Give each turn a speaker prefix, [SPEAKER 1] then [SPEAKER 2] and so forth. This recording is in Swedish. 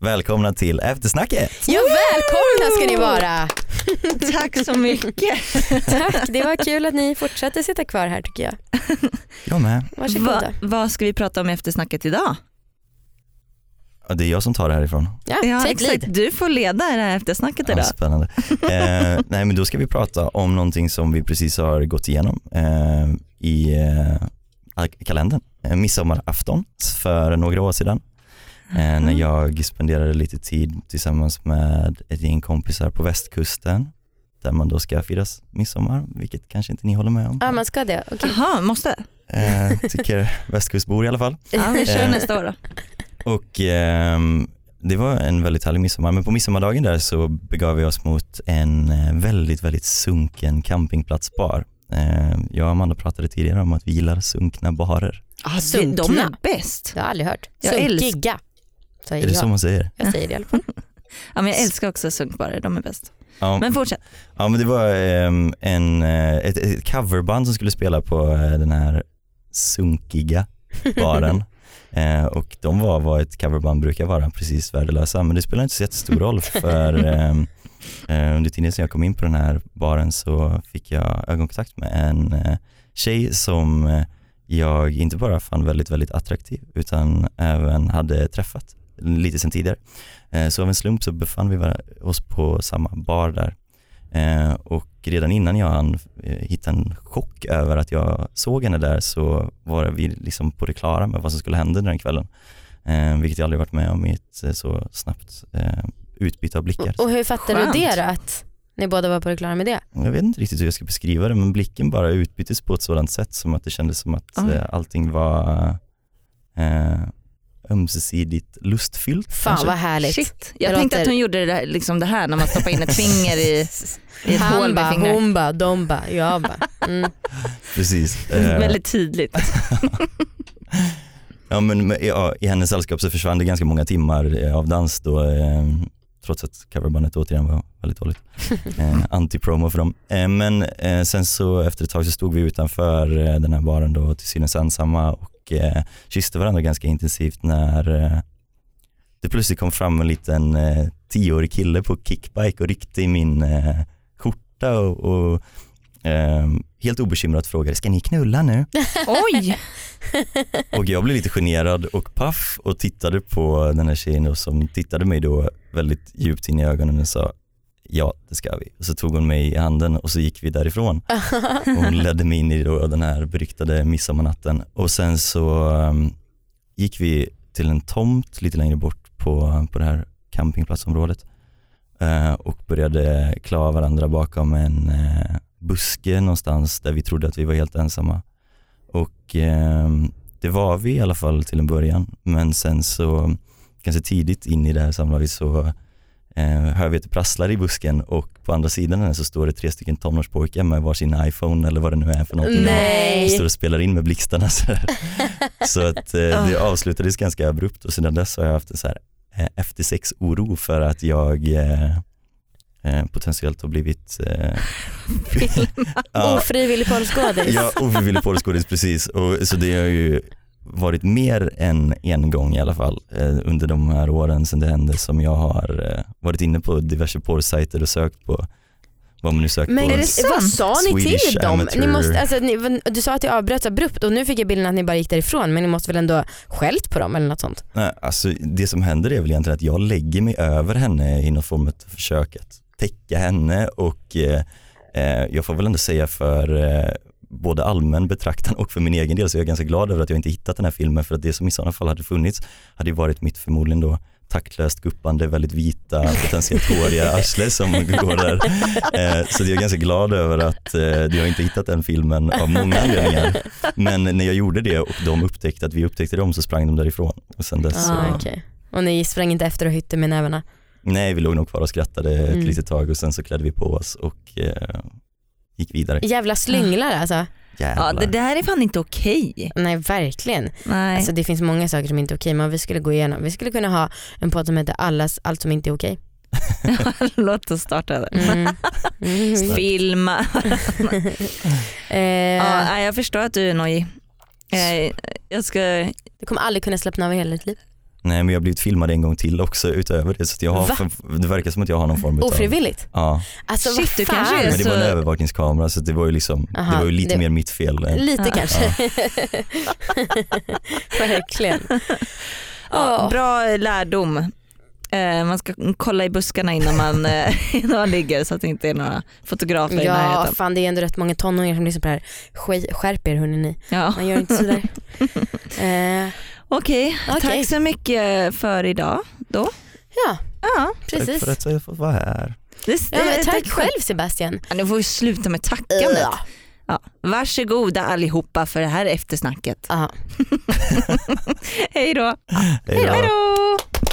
[SPEAKER 1] Välkomna till eftersnacket.
[SPEAKER 2] Ja, välkomna ska ni vara.
[SPEAKER 3] Tack så mycket.
[SPEAKER 2] Tack, det var kul att ni fortsätter sitta kvar här tycker jag.
[SPEAKER 1] Jag med.
[SPEAKER 2] Varsågoda.
[SPEAKER 3] Va- vad ska vi prata om i eftersnacket idag?
[SPEAKER 1] Ja, Det är jag som tar det härifrån.
[SPEAKER 2] Ja,
[SPEAKER 3] Ja,
[SPEAKER 2] take
[SPEAKER 3] exakt.
[SPEAKER 2] lead.
[SPEAKER 3] Du får leda det här eftersnacket
[SPEAKER 1] Ja,
[SPEAKER 3] idag.
[SPEAKER 1] spännande. Eh, nej men då ska vi prata om någonting som vi precis har gått igenom eh, i eh, kalendern. Eh, midsommarafton för några år sedan. Eh, När jag spenderade lite tid tillsammans med ett gäng kompisar på västkusten. Där man då ska fira midsommar, vilket kanske inte ni håller med om.
[SPEAKER 2] Ja, man ska det. Okej.
[SPEAKER 3] Jaha, måste?
[SPEAKER 1] Eh, tycker västkustbor i alla fall.
[SPEAKER 3] Ja, vi
[SPEAKER 1] Eh.
[SPEAKER 3] kör nästa år då.
[SPEAKER 1] Och ehm, det var en väldigt härlig midsommar, men på midsommardagen där så begav vi oss mot en eh, väldigt, väldigt sunken campingplatsbar. Eh, Jag och Amanda pratade tidigare om att vi gillar sunkna barer.
[SPEAKER 3] Ah, de, de
[SPEAKER 2] Sunkna.
[SPEAKER 3] är bäst.
[SPEAKER 2] Det har jag aldrig hört.
[SPEAKER 3] Jag älsk-
[SPEAKER 2] Sunkiga. Så
[SPEAKER 1] Är det så
[SPEAKER 2] jag.
[SPEAKER 1] man säger?
[SPEAKER 2] jag säger det i alla fall.
[SPEAKER 3] Ja, men jag älskar också sunkbarer, de är bäst.
[SPEAKER 1] Ja,
[SPEAKER 3] Men fortsätt.
[SPEAKER 1] ja men det var ehm, en, eh, ett, ett coverband som skulle spela på eh, den här sunkiga baren. Eh, och de var vad ett coverband brukar vara, precis värdelösa. Men det spelar inte så jättestor roll för ehm, eh, under tiden som jag kom in på den här baren så fick jag ögonkontakt med en eh, tjej som eh, jag inte bara fann väldigt, väldigt attraktiv utan även hade träffat lite sen tidigare. Eh, så av en slump så befann vi var- oss på samma bar där. Eh, och redan innan jag hann eh, hitta en chock över att jag såg henne där så var vi liksom på det klara med vad som skulle hända den kvällen. Eh, vilket jag aldrig varit med om i ett eh, så snabbt eh, utbyte av blickar.
[SPEAKER 2] Och, och hur fattar
[SPEAKER 3] Skönt.
[SPEAKER 2] du det då? Att ni båda var på det klara med det?
[SPEAKER 1] Jag vet inte riktigt hur jag ska beskriva det men blicken bara utbyttes på ett sådant sätt som att det kändes som att
[SPEAKER 3] Oj.
[SPEAKER 1] eh, allting var eh, ömsesidigt lustfyllt.
[SPEAKER 2] Fan vad härligt.
[SPEAKER 3] Alltså, Shit, jag
[SPEAKER 2] Det
[SPEAKER 3] tänkte
[SPEAKER 2] låter-
[SPEAKER 3] att hon gjorde det, där, liksom det här när man stoppar in ett finger i, i ett hål
[SPEAKER 2] Han
[SPEAKER 3] med
[SPEAKER 2] bara,
[SPEAKER 3] fingret.
[SPEAKER 2] hon bara, de bara, jag bara. Mm.
[SPEAKER 1] Precis. Eh,
[SPEAKER 3] Väldigt tydligt.
[SPEAKER 1] ja, men, men, ja, I hennes sällskap så försvann det ganska många timmar eh, av dans då eh, trots att coverbandet återigen var väldigt dåligt. Eh, Anti-promo för dem. Eh, men eh, sen så efter ett tag så stod vi utanför eh, den här baren då till synes ensamma och eh, kysste varandra ganska intensivt när eh, det plötsligt kom fram en liten eh, tioårig kille på kickbike och ryckte i min eh, skjorta och, och eh, helt obekymrat frågade, ska ni knulla nu?
[SPEAKER 3] Oj,
[SPEAKER 1] Och jag blev lite generad och paff och tittade på den här tjejen då, som tittade mig då väldigt djupt in i ögonen och sa ja det ska vi. Och så tog hon mig i handen och så gick vi därifrån. Och hon ledde mig in i då den här beryktade midsommarnatten. Och sen så um, gick vi till en tomt lite längre bort på, på det här campingplatsområdet eh, och började klara varandra bakom en eh, buske någonstans där vi trodde att vi var helt ensamma. Och ehm, det var vi i alla fall till en början. Men sen så ganska tidigt in i det här samlaget så eh, hör vi att det prasslar i busken och på andra sidan här så står det tre stycken tonårspojkar med varsin iPhone eller vad det nu är för någonting. De
[SPEAKER 2] Nej.
[SPEAKER 1] står och spelar in med blixtarna så, här. så att eh, det avslutades ganska abrupt och sedan dess har jag haft en så här eh, efter sex oro för att jag eh, eh, potentiellt har blivit eh, Ja.
[SPEAKER 2] Ofrivillig porrskådis.
[SPEAKER 1] Ja, ofrivillig porrskådis, precis. Och, så det har ju varit mer än en gång i alla fall eh, under de här åren sedan det hände som jag har eh, varit inne på diverse porrsajter och sökt på vad man nu söker
[SPEAKER 2] Men
[SPEAKER 1] på.
[SPEAKER 3] är det
[SPEAKER 2] vad
[SPEAKER 3] sant?
[SPEAKER 2] sa ni till
[SPEAKER 1] Swedish
[SPEAKER 2] dem?
[SPEAKER 1] amateur.
[SPEAKER 2] Ni måste, alltså, ni, du sa att jag avbröts abrupt och nu fick jag bilden att ni bara gick därifrån men ni måste väl ändå skällt på dem eller något sånt?
[SPEAKER 1] Nej, alltså, det som händer är väl egentligen att jag lägger mig över henne i någon form av försök att täcka henne och eh, eh, jag får väl ändå säga för eh, både allmän betraktan och för min egen del så är jag ganska glad över att jag inte hittat den här filmen för att det som i sådana fall hade funnits hade ju varit mitt förmodligen då taktlöst guppande, väldigt vita, potentiellt håriga arsle som går där. Eh, så jag är ganska glad över att eh, jag inte hittat den filmen av många anledningar. Men när jag gjorde det och de upptäckte att vi upptäckte dem så sprang de därifrån. Och sen dess, så-
[SPEAKER 2] Ah, okej. Och ni sprang inte efter och hytte med nävarna?
[SPEAKER 1] nej vi låg nog kvar och skrattade ett
[SPEAKER 2] Mm.
[SPEAKER 1] litet tag och sen så klädde vi på oss och eh, gick vidare.
[SPEAKER 2] Jävla slynglar alltså.
[SPEAKER 3] ja, det
[SPEAKER 1] Jävlar.
[SPEAKER 3] där är fan inte okej.
[SPEAKER 2] Nej verkligen.
[SPEAKER 3] Nej.
[SPEAKER 2] Alltså, det finns många saker som inte är okej men vi skulle gå igenom. Vi skulle kunna ha en podd som heter Allas, allt som inte är okej. Alltså-
[SPEAKER 3] Låt oss starta det.
[SPEAKER 2] Mm. Mm.
[SPEAKER 3] Filma. Ja, äh.
[SPEAKER 2] eh,
[SPEAKER 3] nej, jag förstår att du är nojig. Eh, Jag ska,
[SPEAKER 2] du kommer aldrig kunna slappna av i hela ditt liv.
[SPEAKER 1] Nej men jag har blivit filmad en gång till också utöver det så att jag har,
[SPEAKER 2] Va?
[SPEAKER 1] för, det verkar som att jag har någon form utav
[SPEAKER 2] Ofrivilligt?
[SPEAKER 1] Ja,
[SPEAKER 2] Alltså
[SPEAKER 3] Shit,
[SPEAKER 2] vad
[SPEAKER 3] du
[SPEAKER 2] fan?
[SPEAKER 3] kanske är
[SPEAKER 1] men det var en
[SPEAKER 3] Så-
[SPEAKER 1] övervakningskamera så det var ju liksom,
[SPEAKER 2] Aha,
[SPEAKER 1] det var ju lite
[SPEAKER 2] det-
[SPEAKER 1] mer mitt fel. än-
[SPEAKER 2] Lite
[SPEAKER 3] Ja.
[SPEAKER 2] kanske. Verkligen.
[SPEAKER 3] Ja,
[SPEAKER 2] Åh.
[SPEAKER 3] Bra lärdom. Eh, man ska kolla i buskarna innan man, eh, innan man ligger så att det inte är några fotografer i
[SPEAKER 2] Ja,
[SPEAKER 3] närheten.
[SPEAKER 2] fan det är ändå rätt många tonåringar som lyssnar på det här. Sk- Skärp er hörni ni.
[SPEAKER 3] Ja.
[SPEAKER 2] Man gör inte sådär. eh,
[SPEAKER 3] Okej,
[SPEAKER 2] Okej.
[SPEAKER 3] tack så mycket för idag. Då.
[SPEAKER 2] ja,
[SPEAKER 3] Ja,
[SPEAKER 1] Tack
[SPEAKER 2] precis.
[SPEAKER 1] för att jag fått vara här.
[SPEAKER 3] det,
[SPEAKER 2] Ja, men
[SPEAKER 3] det-
[SPEAKER 2] tack
[SPEAKER 3] Eh, för-
[SPEAKER 2] själv Sebastian.
[SPEAKER 3] Ja, Nu får vi sluta med tackandet.
[SPEAKER 2] Ja.
[SPEAKER 3] Ja. Varsågoda allihopa för det här eftersnacket.
[SPEAKER 2] Ja.
[SPEAKER 3] Hej då.
[SPEAKER 1] Hej då.
[SPEAKER 3] Hej då.